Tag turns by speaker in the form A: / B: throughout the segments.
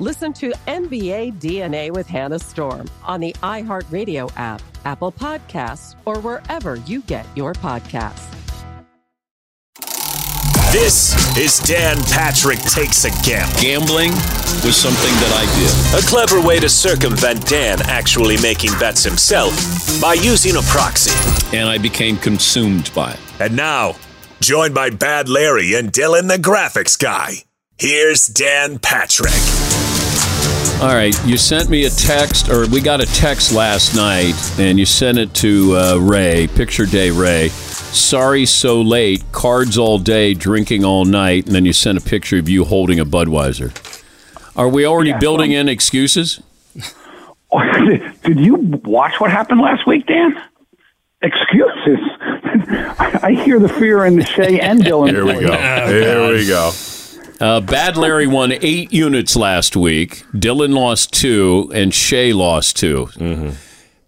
A: Listen to NBA DNA with Hannah Storm on the iHeartRadio app, Apple Podcasts, or wherever you get your podcasts.
B: This is Dan Patrick Takes a Gamble.
C: Gambling was something that I did.
B: A clever way to circumvent Dan actually making bets himself by using a proxy.
C: And I became consumed by it.
B: And now, joined by Bad Larry and Dylan the graphics guy, here's Dan Patrick.
C: All right, you sent me a text, or we got a text last night, and you sent it to uh, Ray, Picture Day Ray. Sorry, so late, cards all day, drinking all night, and then you sent a picture of you holding a Budweiser. Are we already
D: Yeah,
C: building in excuses?
D: Did you watch what happened last week, Dan? Excuses. I I hear the fear in the Shay and Dylan.
E: Here we go. Here we go.
C: Uh, Bad Larry won eight units last week. Dylan lost two, and Shea lost 2
D: Mm-hmm.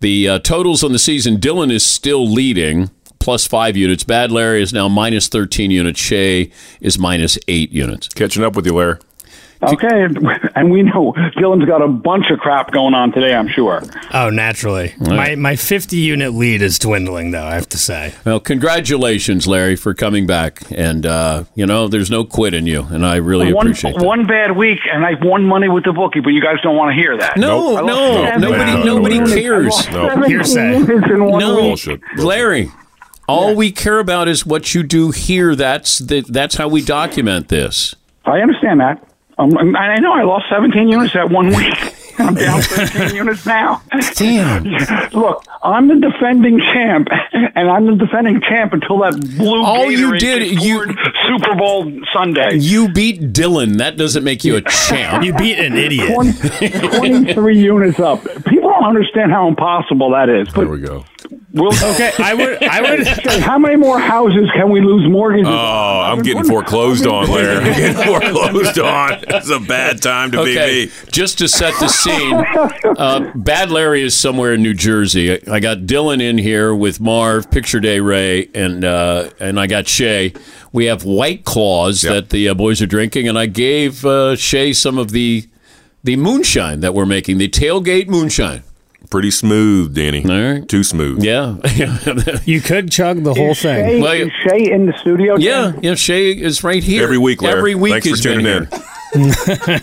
C: The uh, totals on the season: Dylan is still leading, plus five units. Bad Larry is now minus thirteen units. Shea is minus eight units.
E: Catching up with you, Larry.
D: Okay, and we know Dylan's got a bunch of crap going on today. I'm sure.
F: Oh, naturally. My my 50 unit lead is dwindling, though. I have to say.
C: Well, congratulations, Larry, for coming back. And uh, you know, there's no quit in you, and I really
D: one
C: appreciate that.
D: one bad week, and I've won money with the bookie, but you guys don't want to hear that.
C: No,
D: I lost
C: no,
D: seven
C: nobody,
E: no,
D: units.
C: nobody
E: no, no.
D: I
C: cares.
D: lost
E: No.
D: seven
F: Hearsay.
D: units in one
C: No.
D: week.
E: Bullshit.
C: Larry, all we care about is what you do here. That's the, that's how we document this.
D: I understand that. Um, and I know I lost 17 units that one week. I'm down 13 units now.
C: Damn.
D: Look, I'm the defending champ, and I'm the defending champ until that blue.
C: All you
D: Gatorade
C: did-
D: gets
C: you-
D: poured Super Bowl Sunday.
C: You beat Dylan. That doesn't make you a champ.
F: You beat an idiot.
D: 20 23 units up. People don't understand how impossible that is.
E: Here
D: But
E: we go.
D: we'll
F: Okay, I would. I would.
D: Say, how many more houses can we lose mortgages?
E: Oh, I'm getting foreclosed on, Larry. I'm getting foreclosed on. It's a bad time to
C: Okay,
E: be me.
C: just to set the scene, uh, Bad Larry is somewhere in New Jersey. I, I got Dylan in here with Marv, Picture Day Ray, and uh, and I got Shay. We have White Claws
E: Yep.
C: that the uh, boys are drinking, and I gave uh, Shay some of the the moonshine that we're making, the tailgate moonshine.
E: Pretty smooth, Danny.
C: All right.
E: Too smooth.
C: Yeah,
F: You could chug the whole thing.
D: Shay,
C: Well,
D: is Shay in the studio?
C: yeah, yeah. Shay is right here
E: Every week, Larry.
C: Every week
E: Thanks for
C: he's been
E: tuning
C: here.
E: in.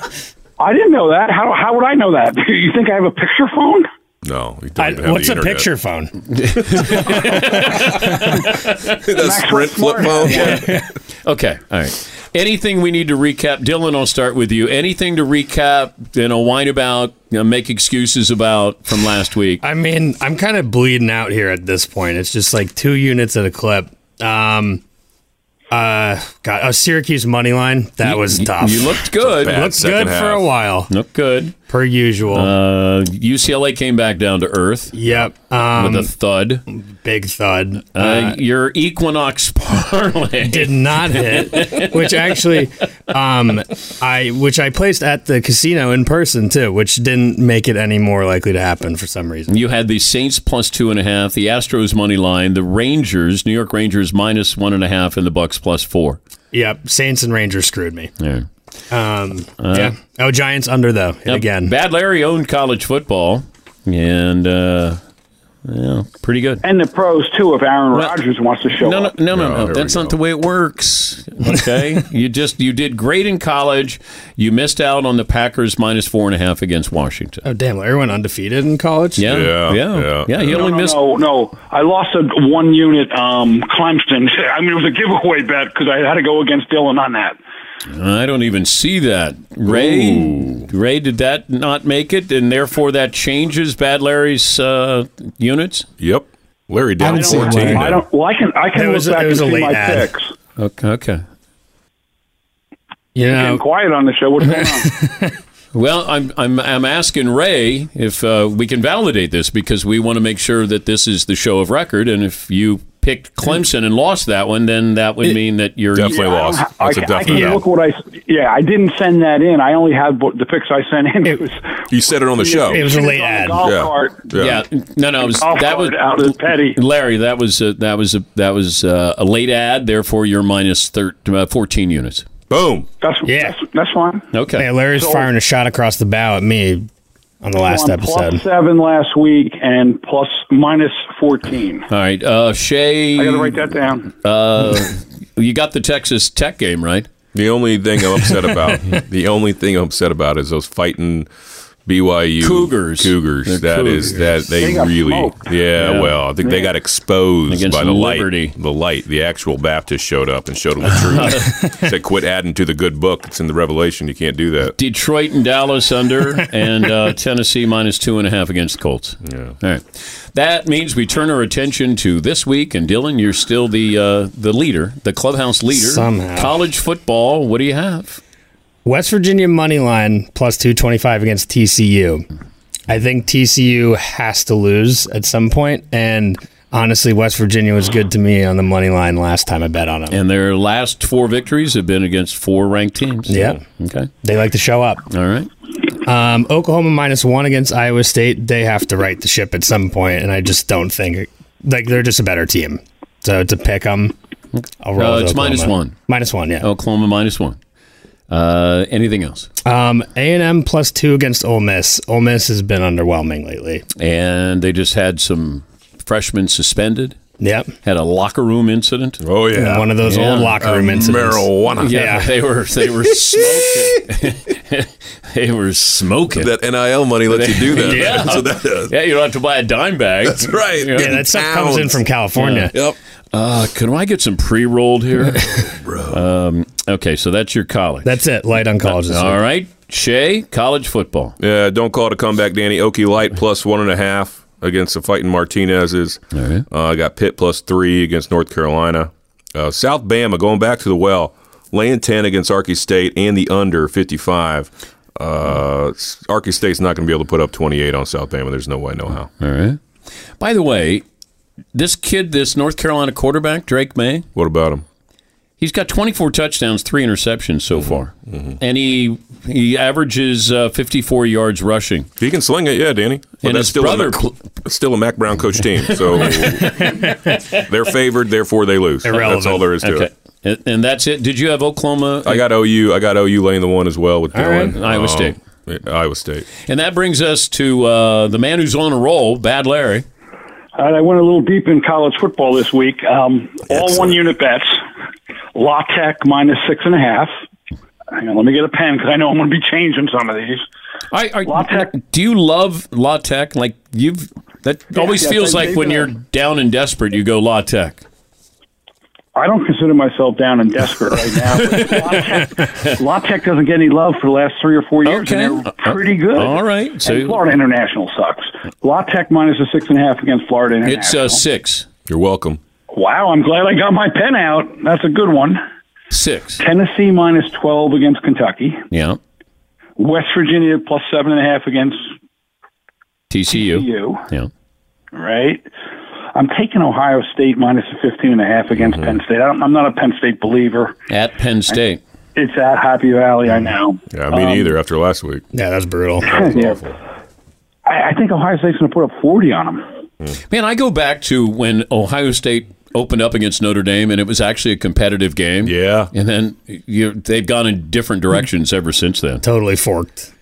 D: I didn't know that. How, how would I know that? You think I have a picture phone?
E: No, we don't
F: I,
E: even have
F: what's
E: the
F: a
E: internet.
F: picture phone?
E: the Sprint flip phone.
C: Okay, all right. Anything we need to recap, Dylan? I'll start with you. Anything to recap? You know, whine about, you know, make excuses about from last week.
F: I mean, I'm kind of bleeding out here at this point. It's just like two units at a clip. Um, uh, God, a Syracuse money line that was tough.
C: You looked good.
E: bad
F: looked
E: second
F: good for
E: half.
F: a while.
C: Looked good.
F: per usual.
C: Uh, UCLA came back down to earth
F: yep. Um,
C: with a thud.
F: big thud.
C: Uh, your Equinox parlay.
F: did not hit, which actually, um, I which I placed at the casino in person too, which didn't make it any more likely to happen for some reason.
C: You had the Saints plus two and a half, the Astros money line, the Rangers, New York Rangers minus one and a half, and the Bucks plus four.
F: Yep, Saints and Rangers screwed me.
C: Yeah.
F: Um, yeah. Oh, Giants under though hit
C: Yep.
F: again.
C: Bad Larry owned college football, and uh, yeah, pretty good.
D: And the pros too. If Aaron
C: Well-
D: Rodgers wants to show
C: No, no,
D: up,
C: no,
E: Yeah,
C: no, no.
E: here
C: That's
E: we
C: not
E: go.
C: the way it works. Okay, you just you did great in college. You missed out on the Packers minus four and a half against Washington.
F: Oh damn! Larry went undefeated in college.
C: Yeah,
E: Yeah,
C: yeah, yeah.
E: yeah.
C: you
E: No,
C: only
D: no,
C: missed.
D: no, no. I lost a one unit um, Clemson. I mean, it was a giveaway bet because I had to go against Dylan on that.
C: I don't even see that. Ray, Ray, did that not make it, and therefore that changes Bad Larry's uh, units?
E: Yep. Larry
F: I
E: down
F: don't see why.
E: 14.
D: I don't. Well, I can. I
F: It
D: can
F: was a-
D: look back
F: it was
D: and
F: a
D: see
F: late
D: my
F: ad. Oh.
D: picks.
C: Okay, okay.
F: You
D: Getting
F: know,
D: quiet on the show. What's going on?
C: Well, I'm I'm I'm asking Ray if uh, we can validate this because we want to make sure that this is the show of record, and if you picked Clemson and lost that one, then that would mean that you're
E: Definitely lost.
D: I,
E: That's a
D: I
E: definite
D: can
E: no.
D: look what I. Yeah, I didn't send that in. I only have what- the picks I sent in. It was
E: You said it on the show.
F: it was a late
D: on the
F: ad.
D: golf
E: Yeah.
D: cart.
C: Yeah, no, no, it was,
D: Golf
C: that was
D: cart out of Petty.
C: Larry. That was a, that was a, that was uh a late ad. Therefore, you're minus thir- uh, 14 units.
E: Boom.
D: That's
F: Yeah.
D: that's, that's fine.
C: Okay,
F: Hey, Larry's firing a shot across the bow at me on the last
D: I'm
F: episode.
D: Plus seven last week and plus minus fourteen.
C: all right, uh, Shay.
D: I got to write that down.
C: uh, you got the Texas Tech game right.
E: The only thing I'm upset about, the only thing I'm upset about is those fighting BYU
C: Cougars. They're
E: Cougars. That is that they,
D: They got
E: really.
D: smoked.
E: Yeah,
C: Yeah.
E: Well, I think they got exposed
C: Against
E: by the
C: Liberty.
E: light. The light. The actual Baptist showed up and showed them the truth. Said, "Quit adding to the good book. It's in the Revelation. You can't do that."
C: Detroit and Dallas under, and uh, Tennessee minus two and a half against the Colts. Yeah. All right. That means we turn our attention to this week. And Dylan, you're still the uh, the leader, the clubhouse leader.
F: Somehow.
C: College football. What do you have?
F: West Virginia money line plus 225 against TCU. I think TCU has to lose at some point and honestly West Virginia was good to me on the money line last time I bet on them.
C: And their last four victories have been against four ranked teams.
F: Yeah.
C: Okay.
F: They like to show up.
C: All right.
F: Um, Oklahoma minus one against Iowa State. They have to right the ship at some point, and I just don't think like they're just a better team. So to pick them, I'll roll.
C: Uh,
F: with
C: it's
F: Oklahoma.
C: minus one. Oh.
F: Minus one, yeah.
C: Oklahoma minus one. Uh, anything else?
F: Um, A and M plus two against Ole Miss. Ole Miss has been underwhelming lately.
C: And they just had some freshmen suspended.
F: Yep.
C: Had a locker room incident.
E: Oh
F: And
E: yeah. Um,
F: One of those
C: Yeah.
F: old locker room incidents.
E: Marijuana.
C: Yeah,
F: Yeah.
C: they were they were smoking. they were smoking.
E: That NIL money lets you do that.
C: Yeah.
E: So that,
C: yeah, you don't have to buy a dime bag.
E: that's right.
C: Yeah.
F: Yeah, that stuff comes in from California.
E: Yep.
C: Uh, can I get some pre-rolled here, Um, okay, so that's your college.
F: That's it. Light on colleges.
C: all right, Shay. College football.
E: Yeah, don't call it a comeback, Danny. Okie Light plus one and a half against the fighting Martinez's.
C: right.
E: Uh, I got Pitt plus three against North Carolina. Uh, South Bama going back to the well, laying ten against Arky State and the under fifty five. Uh, s- Arky State's not going to be able to put up twenty eight on South Bama. There's no way, no how.
C: All right. By the way, this kid, this North Carolina quarterback, Drake May,
E: What about him?
C: he's got 24 touchdowns, three interceptions so
E: Mm-hmm.
C: far, and he he averages uh, 54 yards rushing.
E: He can sling it, yeah, Danny. But
C: And his
E: that's still
C: brother
E: a Mac,
C: pl-
E: that's still a Mac Brown coach team, so they're favored. Therefore, they lose.
F: Irrelevant.
E: That's all there is to
C: Okay,
E: it.
C: and, and that's it. Did you have Oklahoma? uh,
E: I got OU. I got OU laying the one as well with Dylan. Um,
C: right. Iowa State.
E: yeah, Iowa State.
C: And that brings us to uh, the man who's on a roll, Bad Larry.
D: All right, Uh, I went a little deep in college football this week. Um, all
E: Excellent.
D: one unit bets. La Tech minus six and a half. Hang on, let me get a pen because I know I'm going to be changing some of these.
C: I, I,
D: La Tech.
C: Do you love La Tech? Like you've that always
D: yes,
C: feels
D: I-
C: like when
D: they've,
C: you're
D: uh,
C: down and desperate, you go La Tech.
D: I don't consider myself down and desperate right now. but La, Tech, La Tech doesn't get any love for the last three or four years, and
C: Okay.
D: they're pretty good.
C: All right, so-
D: and Florida International sucks. La Tech minus a six and a half against Florida
C: It's
D: International.
C: uh, six,
E: You're welcome.
D: wow, I'm glad I got my pen out. That's a good one.
C: six.
D: Tennessee minus 12 against Kentucky.
C: Yeah,
D: West Virginia plus seven and a half against
C: TCU.
D: you,
C: Yeah.
D: right? I'm taking Ohio State minus the 15 and a half against Penn State. I don't, I'm not a Penn State believer.
C: At Penn State.
D: It's at Happy Valley, I know.
E: Yeah,
F: Um,
E: me neither. After last week,
F: Yeah, that's brutal.
D: Yeah. I, I think Ohio State's going to put up 40 on them.
C: Man, I go back to when Ohio State opened up against Notre Dame, and it was actually a competitive game.
E: Yeah.
C: And then you, they've gone in different directions ever since then.
F: totally forked.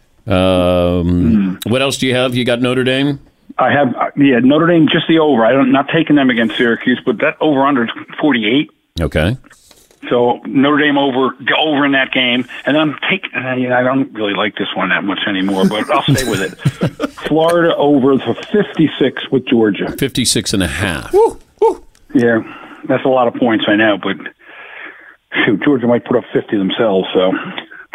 C: Um, What else do you have? You got Notre Dame?
D: I have, uh, yeah, Notre Dame just the over. I don't not taking them against Syracuse, but that over under is 48.
C: Okay.
D: So Notre Dame over go over in that game, and then I'm taking. I don't really like this one that much anymore, but I'll stay with it. Florida over for 56 with Georgia.
C: 56 and a half.
D: Yeah, that's a lot of points I know, but shoot, Georgia might put up 50 themselves. So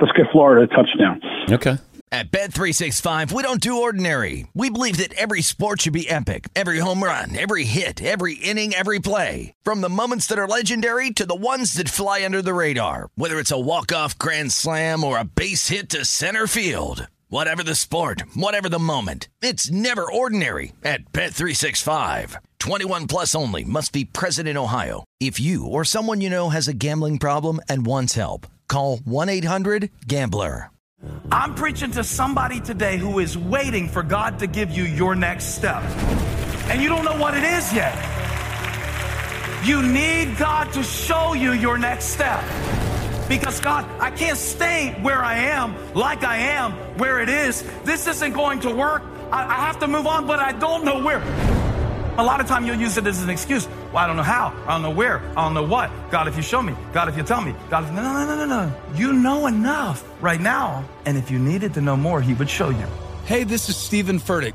D: let's get Florida a touchdown.
C: Okay.
G: At Bet365, we don't do ordinary. We believe that every sport should be epic. Every home run, every hit, every inning, every play. From the moments that are legendary to the ones that fly under the radar. Whether it's a walk-off grand slam or a base hit to center field. Whatever the sport, whatever the moment, it's never ordinary at Bet365. 21 plus only must be present in Ohio. If you or someone you know has a gambling problem and wants help, call 1-800-GAMBLER.
H: I'm preaching to somebody today who is waiting for God to give you your next step. And you don't know what it is yet. You need God to show you your next step. Because God, I can't stay where I am, like I am, where it is. This isn't going to work. I, I have to move on, but I don't know where. A lot of time you'll use it as an excuse. Well, I don't know how. I don't know where. I don't know what. God, if you show me. God, if you tell me. God, if... no, no, no, no, no. You know enough right now. And if you needed to know more, He would show you.
I: Hey, this is Stephen Furtick.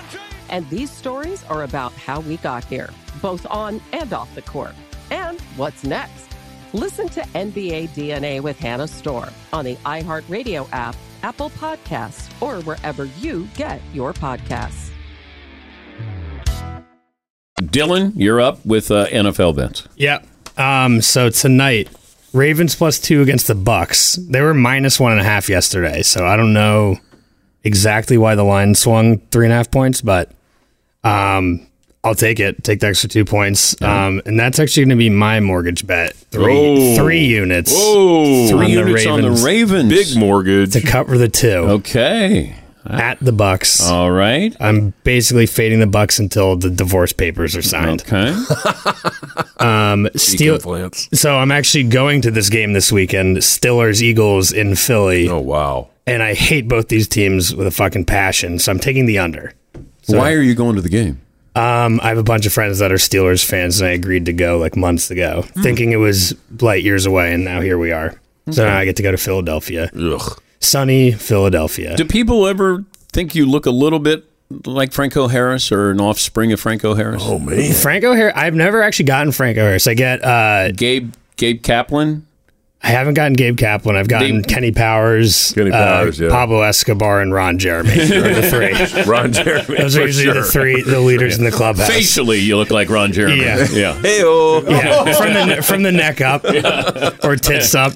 I: James.
A: and these stories are about how we got here, both on and off the court. And what's next? Listen to NBA DNA with Hannah Storr on the iHeartRadio app, Apple Podcasts, or wherever you get your podcasts.
C: Dylan, you're up with uh, NFL bets.
F: Yep. Um, so tonight, Ravens plus two against the Bucks. They were minus one and a half yesterday, so I don't know exactly why the line swung three and a half points, but um, I'll take it. Take the extra two points, um, and that's actually going to be my mortgage bet. Three,
E: Oh.
F: three units
E: Whoa!
C: Three
F: Three On the
C: units on the
F: Ravens.
C: Ravens.
E: Big mortgage.
F: to cover the two
C: Okay.
F: at the Bucks.
C: All right.
F: I'm basically fading the Bucks until the divorce papers are signed.
C: Okay.
F: Steel-
E: Plants.
F: so I'm actually going to this game this weekend. Steelers Eagles in Philly.
E: Oh wow!
F: and I hate both these teams with a fucking passion. So I'm taking the under.
C: Why are you going to the game?
F: Um, I have a bunch of friends that are Steelers fans, and I agreed to go like months ago, thinking it was light years away, and now here we are. So now I get to go to Philadelphia,
E: Ugh.
F: sunny Philadelphia.
C: Do people ever think you look a little bit like Franco Harris or an offspring of Franco Harris? Oh,
F: Franco Harris. I've never actually gotten Franco Harris. I get uh,
C: Gabe Gabe Kaplan.
F: I haven't gotten Gabe Kaplan. I've gotten Kenny Powers, Kenny
E: Powers, yeah.
F: Pablo Escobar, and Ron Jeremy. are the three.
E: Ron Jeremy,
F: Those
E: for
F: are usually
E: sure.
F: the three, the leaders in the clubhouse.
C: Facially, you look like Ron Jeremy.
F: Yeah.
C: yeah.
E: Hey-o.
F: Yeah, from the from the neck up or tits up.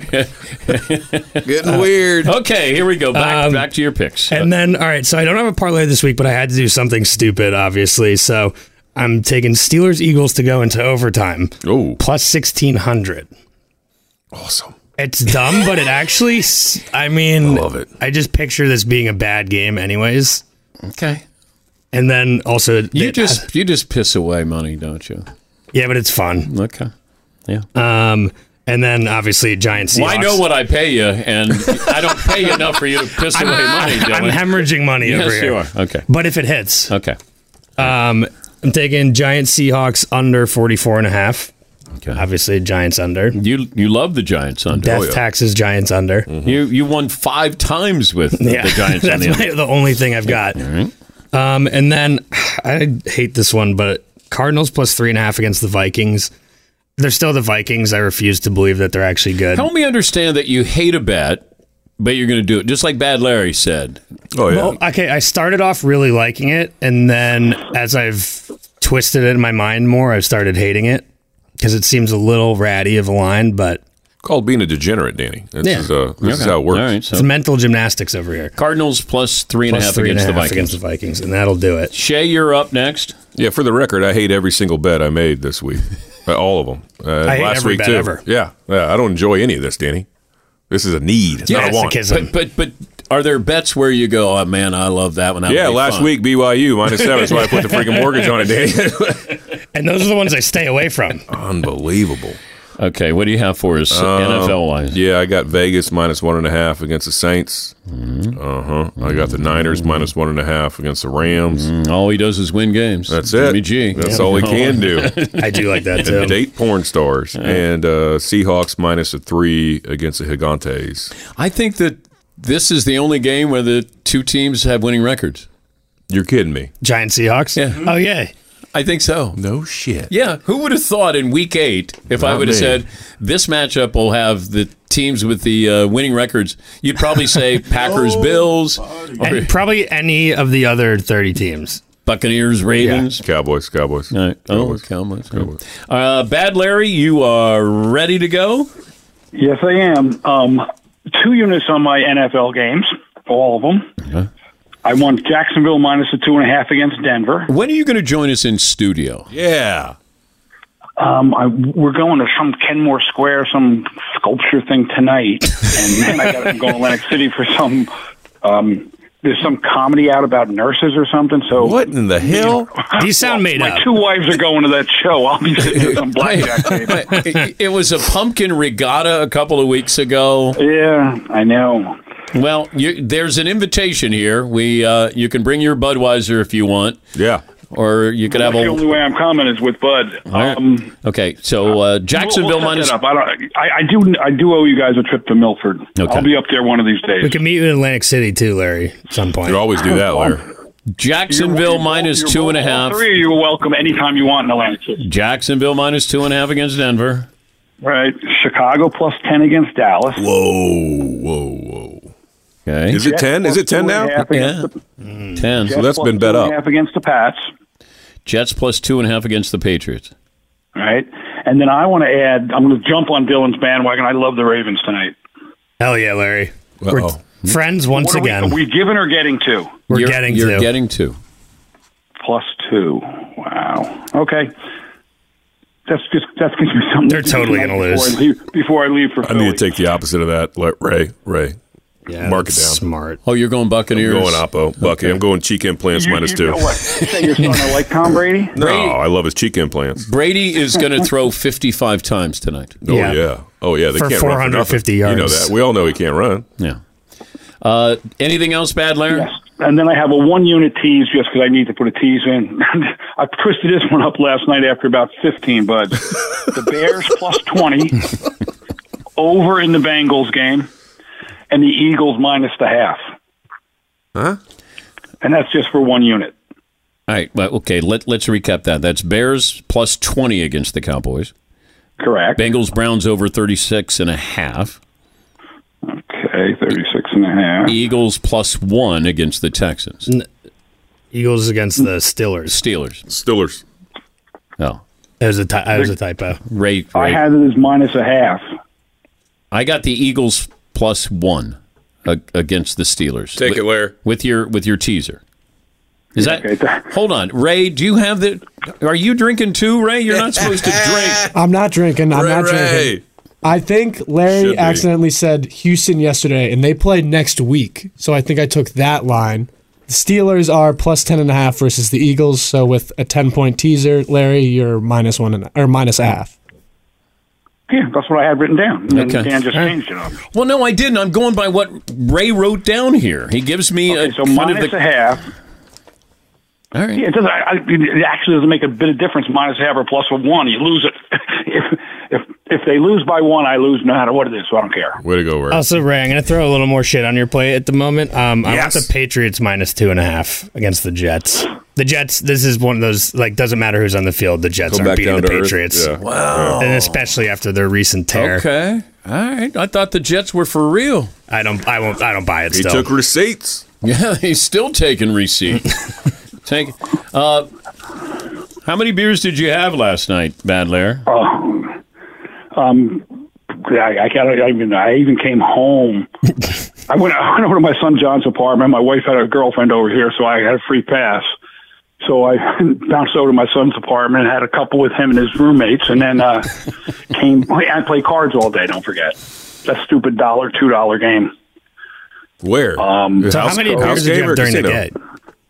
E: Getting weird.
C: Okay, here we go. Back back to your picks.
F: And then, all right, so I don't have a parlay this week, but I had to do something stupid, obviously. So I'm taking Steelers Eagles to go into overtime.
E: Oh,
F: plus sixteen hundred.
E: Awesome.
F: It's dumb, but it actually. s- I mean, I love it. I just picture this being a bad game, anyways.
C: Okay.
F: And then also,
C: You just you just piss away money, don't you?
F: yeah, but it's fun.
C: Okay. Yeah.
F: Um, and then obviously Giants.
C: Well, I
F: Seahawks.
C: know what I pay you, and I don't pay you enough for you to piss away money, Dylan.
F: I'm hemorrhaging money
C: yes,
F: over here.
C: you are. Okay.
F: But if it hits,
C: Okay.
F: um, I'm taking Giants Seahawks under 44 and a half. Obviously, Giants under.
C: You you love the Giants under.
F: Death taxes Giants under.
C: You you won five times with
F: Yeah,
C: Mm-hmm. the Giants on
F: that's
C: the
F: my,
C: under.
F: the only thing I've got. Um, and then I hate this one, but Cardinals plus three and a half against the Vikings. They're still the Vikings. I refuse to believe that they're actually good.
C: Help me understand that you hate a bet, but you're going to do it just like Bad Larry said.
E: Oh yeah.
F: Well, okay, I started off really liking it, and then as I've twisted it in my mind more, I've started hating it because it seems a little ratty of a line, but
E: Called being a degenerate, Danny. This
F: Yeah.
E: is uh, this is
C: Okay.
E: how it works.
C: All right,
F: it's
C: so
F: mental gymnastics over here.
C: Cardinals plus three and a
F: Plus
C: half
F: three and
C: against
F: a half
C: the Vikings.
F: against the Vikings, and that'll do it.
C: Shay, you're up next.
E: Yeah, for the record, I hate every single bet I made this week. Uh, All of them. Uh,
F: I hate
E: last
F: every
E: week
F: bet
E: too.
F: ever.
E: Yeah, yeah. I don't enjoy any of this, Danny. This is a need. It's not a want.
F: Masochism.
C: But but but are there bets where you go? Oh man, I love that one. That
E: Yeah,
C: would be
E: last
C: fun."
E: week BYU minus seven. That's why I put the freaking mortgage on it, Danny.
F: and those are the ones I stay away from.
E: Unbelievable.
C: Okay, what do you have for us
E: Um,
C: NFL wise?
E: Yeah, I got Vegas minus one and a half against the Saints. Uh huh. I got the Niners minus one and a half against the Rams.
C: All he does is win games.
E: That's it.
C: Jimmy G.
E: That's all he can do.
F: I do like that too.
E: And date porn stars and uh, Seahawks minus a three against the Gigantes.
C: I think that this is the only game where the two teams have winning records.
E: You're kidding me.
F: Giant Seahawks.
C: Yeah.
F: Oh yeah.
C: I think so.
E: No shit.
C: Yeah, who would have thought in week eight if I
E: Not
C: would have
E: me.
C: said this matchup will have the teams with the uh, winning records? You'd probably say Packers, Bills,
F: And probably any of the other 30 teams.
C: Buccaneers, Ravens.
E: Cowboys, Cowboys.
C: All right. Oh,
E: Cowboys.
C: Cowboys. Uh, Bad Larry, you are ready to go.
D: Yes, I am. Um, two units on my NFL games, all of them. I won Jacksonville minus the two and a half against Denver.
C: When are you going to join us in studio?
E: Yeah.
D: Um, I, we're going to some Kenmore Square, some sculpture thing tonight, and then I got to go to Atlantic City for some. Um, there's some comedy out about nurses or something. So
E: What in the hell?
F: You sound made
D: My
F: up.
D: two wives are going to that show. I'll be sitting with some blackjack table.
C: it, it was a pumpkin regatta a couple of weeks ago.
D: Yeah, I know.
C: Well, you, there's an invitation here. We uh, you can bring your Budweiser if you want,
E: Yeah.
C: or you could have
D: That's the
C: a
D: only way I'm coming is with Bud.
C: right.
D: Um,
C: Okay, so uh, Jacksonville
D: We'll- we'll
C: minus.
D: set that up. I, don't, I, I do. I do owe you guys a trip to Milford.
C: Okay.
D: I'll be up there one of these days.
F: we can meet you in Atlantic City too, Larry, at some point.
E: You always do that, Larry.
C: Jacksonville
D: You're-
C: minus
D: you're-
C: two and a
D: all
C: half.
D: Three. You're welcome anytime you want in Atlantic City.
C: Jacksonville minus two and a half against Denver.
D: Right. Chicago plus ten against Dallas.
E: Whoa, whoa, whoa.
C: Okay,
E: Is it 10? Is it 10 now?
C: yeah, Mm. ten.
E: So that's been bet up.
D: Half against the Pats.
C: Jets plus two and a half against the Patriots.
D: Right. And then I want to add. I'm going to jump on Dylan's bandwagon. I love the Ravens tonight.
F: Hell yeah, Larry. We're
E: Uh-oh.
F: friends once
D: What are we-
F: again.
D: are we giving or getting to?
F: are
C: You're-
F: getting
C: you're
F: to.
C: getting two.
D: plus two. Wow. Okay. That's just that gives me something.
F: They're
D: to do
F: totally
D: tonight
F: gonna
D: before
F: lose.
D: I leave- Before I leave for
E: I need
D: Philly.
E: to take the opposite of that. Let Ray, Ray.
F: yeah,
E: Mark
F: that's
E: it down.
F: Smart.
C: Oh, you're going
E: I'm
C: Buccaneers.
E: going Oppo. Bucky. I'm going cheek implants
D: you,
E: minus
D: you
E: two.
D: Know what? You say your son I like Tom Brady.
E: No, I love his cheek implants.
C: Brady is going to throw 55 times tonight.
E: Oh yeah.
F: Yeah.
E: Oh yeah. They
F: For
E: can't run for nothing.
F: 450
E: You know
F: yards.
E: that. We all know he can't run.
C: Yeah. Uh, anything else, Bad Larry?
D: Yes. And then I have a one unit tease just because I need to put a tease in. I twisted this one up last night after about 15 buds. the Bears plus 20 over in the Bengals game and the Eagles minus the half.
E: Huh?
D: And that's just for one unit.
C: All right. Well, okay. Let, let's recap that. That's Bears plus 20 against the Cowboys.
D: Correct.
C: Bengals Browns over 36 and a half.
D: Okay, 36 and a half.
C: Eagles plus 1 against the Texans.
F: Eagles against the Steelers.
C: Steelers.
E: Steelers.
C: Oh.
F: It was a ty- it was a typo.
C: Ray,
D: I
C: Ray-
D: had it as minus a half.
C: I got the Eagles plus 1 a- against the Steelers.
E: Take it, Larry.
C: with your with your teaser. Is that
D: Okay.
C: Hold on, Ray, do you have the Are you drinking too, Ray? You're not supposed to drink.
J: I'm not drinking. I'm not drinking.
E: Ray.
J: I think
E: Should
J: Larry
E: be.
J: accidentally said Houston yesterday, and they play next week. So I think I took that line. The Steelers are plus ten and a half versus the Eagles. So with a ten point teaser, Larry, you're minus one and or minus a half.
D: Yeah, that's what I had written down. And
C: Okay.
D: then Dan just
C: All right.
D: changed it up.
C: Well, no, I didn't. I'm going by what Ray wrote down here. He gives me
D: Okay,
C: a
D: so
C: kind of
D: minus
C: the
D: a half.
C: All right.
D: Yeah, it doesn't. I, I- it actually doesn't make a bit of difference. Minus half or plus a one, you lose it. if if if they lose by one, I lose no matter what it is. So I don't care.
E: Way to go, Ray.
F: Also, Ray, I'm going to throw a little more shit on your plate at the moment. Um, I want
E: Yes.
F: the Patriots minus two and a half against the Jets. The Jets. This is one of those like doesn't matter who's on the field. The Jets
E: Come
F: aren't
E: back
F: beating
E: down
F: the
E: to earth.
F: Patriots,
E: Yeah.
F: and especially after their recent tear.
C: Okay. All right. I thought the Jets were for real.
F: I don't. I won't. I don't buy it.
E: He
F: still.
E: took receipts.
C: Yeah, he's still taking receipt. Take. Uh, how many beers did you have last night, Bad Lair?
D: Oh, um, I, I can't I even. I even came home. I went. I went over to my son John's apartment. My wife had a girlfriend over here, so I had a free pass. So I bounced over to my son's apartment and had a couple with him and his roommates, and then uh, came. I played cards all day. Don't forget that stupid dollar two dollar game.
E: Where? Um,
F: So how many beers did you have during the day?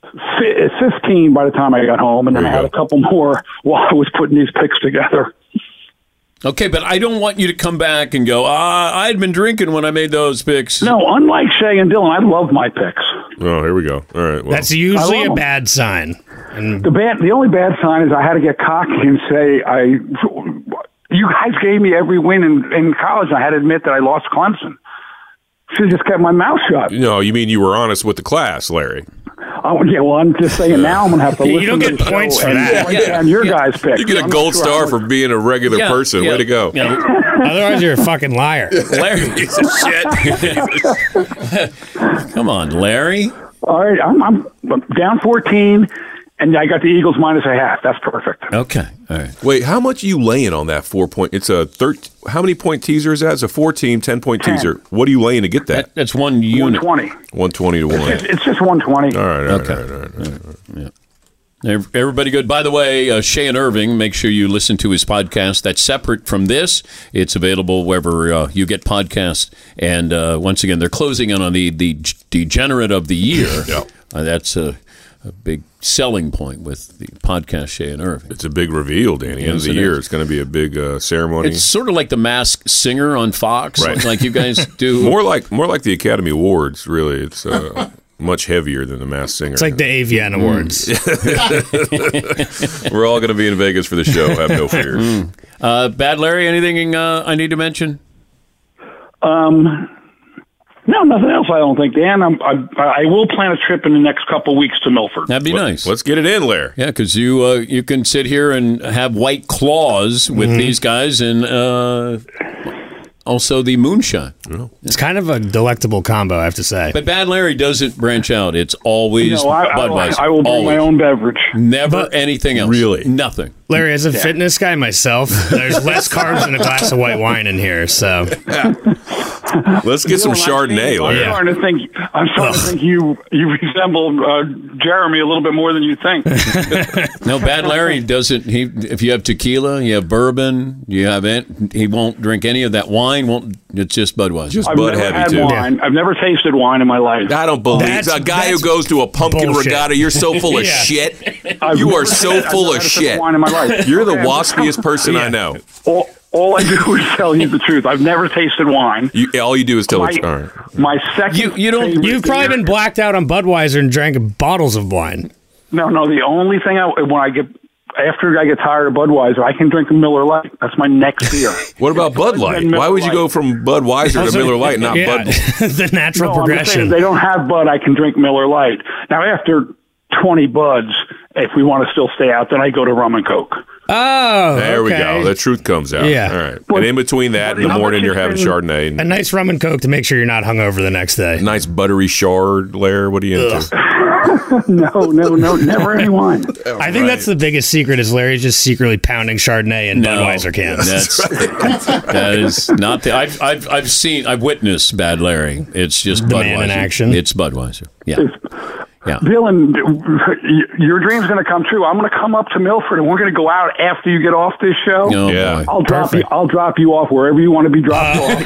D: fi- 15 by the time I got home, and then
E: There
D: I
E: you
D: had a
E: go.
D: couple more while I was putting these picks together.
C: Okay, but I don't want you to come back and go. Ah, I had been drinking when I made those picks.
D: No, unlike Shay and Dylan, I love my picks.
E: Oh, here we go. All right. Well,
F: That's usually
D: I
F: a
D: love 'em.
F: bad sign.
D: The bad, the only bad sign is I had to get cocky and say I. You guys gave me every win in, in college. and I had to admit that I lost Clemson. Should have just kept my mouth shut.
E: no, you mean you were honest with the class, Larry?
D: Oh, yeah, well, I'm just saying now I'm gonna have to
F: You
D: listen.
F: don't
D: to
F: get
D: the show
F: points for
D: and
F: that.
D: write
C: Yeah.
D: down your guys' picks.
E: You get a
D: I'm
E: gold
D: sure
E: star
D: I'm-
E: for being a regular
C: Yeah,
E: person.
C: yeah,
E: Way to go.
C: yeah.
F: Otherwise, you're a fucking liar.
C: Larry, piece of shit. Come on, Larry.
D: All right, I'm, I'm I'm down 14, and I got the Eagles minus a half. That's perfect.
C: Okay, all right.
E: Wait, how much are you laying on that four point? It's a thir- How many point teaser is that? It's a four team, 10 point teaser. What are you laying to get that?
C: That, that's one unit.
D: 120.
E: 120 to 1.
D: It's, it's just 120.
E: All right. All right.
C: Okay.
E: All right, all right, all right.
C: Ev- Everybody good. By the way, uh, Shane Irving, make sure you listen to his podcast. That's separate from this. It's available wherever uh, you get podcasts. And uh, once again, they're closing in on the, the g- degenerate of the year. Uh, that's a, a big selling point with the podcast Shane Irving.
E: It's a big reveal, Danny. End of
C: Yes,
E: the
C: it
E: year.
C: is.
E: It's going to be a big uh, ceremony.
C: It's sort of like the Masked Singer on Fox,
E: Right.
C: like you guys do.
E: more like more like the Academy Awards, really. It's uh, much heavier than the Mass Singer.
F: It's like the AVN Awards.
E: We're all going to be in Vegas for the show. Have no fear.
C: uh, Bad Larry, anything uh, I need to mention?
D: Um, no, nothing else. I don't think, Dan. I'm, I, I will plan a trip in the next couple weeks to Milford.
C: That'd be
E: Let-
C: nice.
E: Let's get it in, Lair.
C: Yeah, because you uh, you can sit here and have white claws with these guys, and uh, also the moonshine.
F: It's kind of a delectable combo, I have to say.
C: But Bad Larry doesn't branch out. It's always
D: No, I, I, will-
C: Budweiser.
D: I will bring my
C: Always.
D: own beverage.
C: Never
F: But-
C: anything else.
E: Really?
C: nothing.
F: Larry, as a fitness guy myself, there's less carbs than a glass of white wine in here. So
E: Let's get some Chardonnay,
D: I'm
E: Lair.
F: Yeah.
D: starting to think. I'm starting to think
E: Oh.
D: you you resemble uh, Jeremy a little bit more than you think.
C: No, Bad Larry doesn't. He if you have tequila, you have bourbon, you have it. He won't drink any of that wine. Won't. It's just Budweiser.
E: Just
D: I've
E: Bud
D: never
E: Heavy
D: had
E: too.
D: wine. I've never tasted wine in my life.
E: I don't believe
F: That's-
E: a guy who
F: that's
E: goes to a pumpkin
F: bullshit.
E: regatta. You're so full of
F: Yeah.
E: shit.
D: I've
E: you
D: never
E: are so
D: had- I've
E: full
D: never
E: of
D: had a sip
E: shit.
D: Wine in my life.
E: You're the
D: Okay, I'm just-
E: waspiest person I know.
D: All, all I do is tell you the truth. I've never tasted wine.
E: You, all you do is tell
D: My,
E: us. All right.
D: my second.
C: You- you don't-
D: favorite
F: you've probably
D: beer-
F: been blacked out on Budweiser and drank bottles of wine.
D: No, no. The only thing I when I get after I get tired of Budweiser, I can drink a Miller Lite. That's my next beer.
E: What about Bud Light?
D: been Miller
E: Why would you
D: Lite.
E: go from Budweiser to Miller Light, not
F: yeah,
E: Uh, Bud?
F: the natural
D: No, I'm just saying, if
F: progression.
D: they don't have Bud. I can drink Miller Lite. Now after twenty buds, if we want to still stay out, then I go to rum and coke.
F: Oh,
E: there we
F: okay.
E: go. The truth comes out.
F: Yeah.
E: All right. And in between that, in the
F: How
E: morning,
F: much
E: you're
F: is
E: having
F: in-
E: Chardonnay.
F: A nice rum and coke to make sure you're not hungover the next day.
E: Nice buttery shard layer. What are you into?
K: no, no, no, never any wine.
F: I think that's the biggest secret is Larry's just secretly pounding Chardonnay in Budweiser cans.
C: That's, that is not the. I've, I've, I've seen, I've witnessed Bad Larry. It's just
F: The
C: Budweiser.
F: man in action.
C: It's Budweiser. Yeah. Yeah.
K: Dylan, y- your dream's going to come true. I'm going to come up to Milford, and we're going to go out after you get off this show.
C: Oh, Yeah. boy.
K: I'll drop you. I'll drop you off wherever you want to be
E: Uh,
K: dropped off.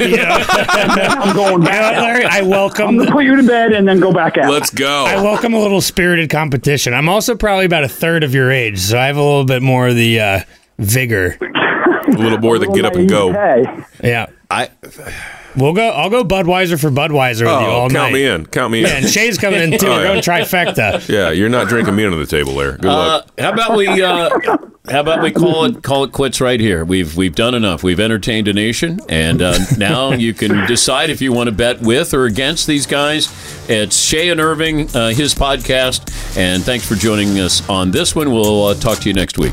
K: And then I'm going back. out.
F: I
K: I'm
F: welcome.
K: going to put you to bed and then go back out.
E: go.
F: I welcome a little spirited competition. I'm also probably about a third of your age, so I have a little bit more of the uh, vigor.
E: A little more than get up and go.
F: Yeah,
E: I.
F: We'll go. I'll go Budweiser for Budweiser with you
E: Oh,
F: all
E: count
F: night.
E: me in. Count me in.
F: Man, Shay's coming in too.
E: Oh,
F: We're
E: yeah.
F: going trifecta.
E: Yeah, you're not drinking me under the table there. Good
C: Uh,
E: luck.
C: how about we uh, how about we call it call it quits right here? We've we've done enough. We've entertained a nation, and uh, now you can decide if you want to bet with or against these guys. It's Shay and Irving, uh, his podcast, and thanks for joining us on this one. We'll uh, talk to you next week.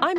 A: I'm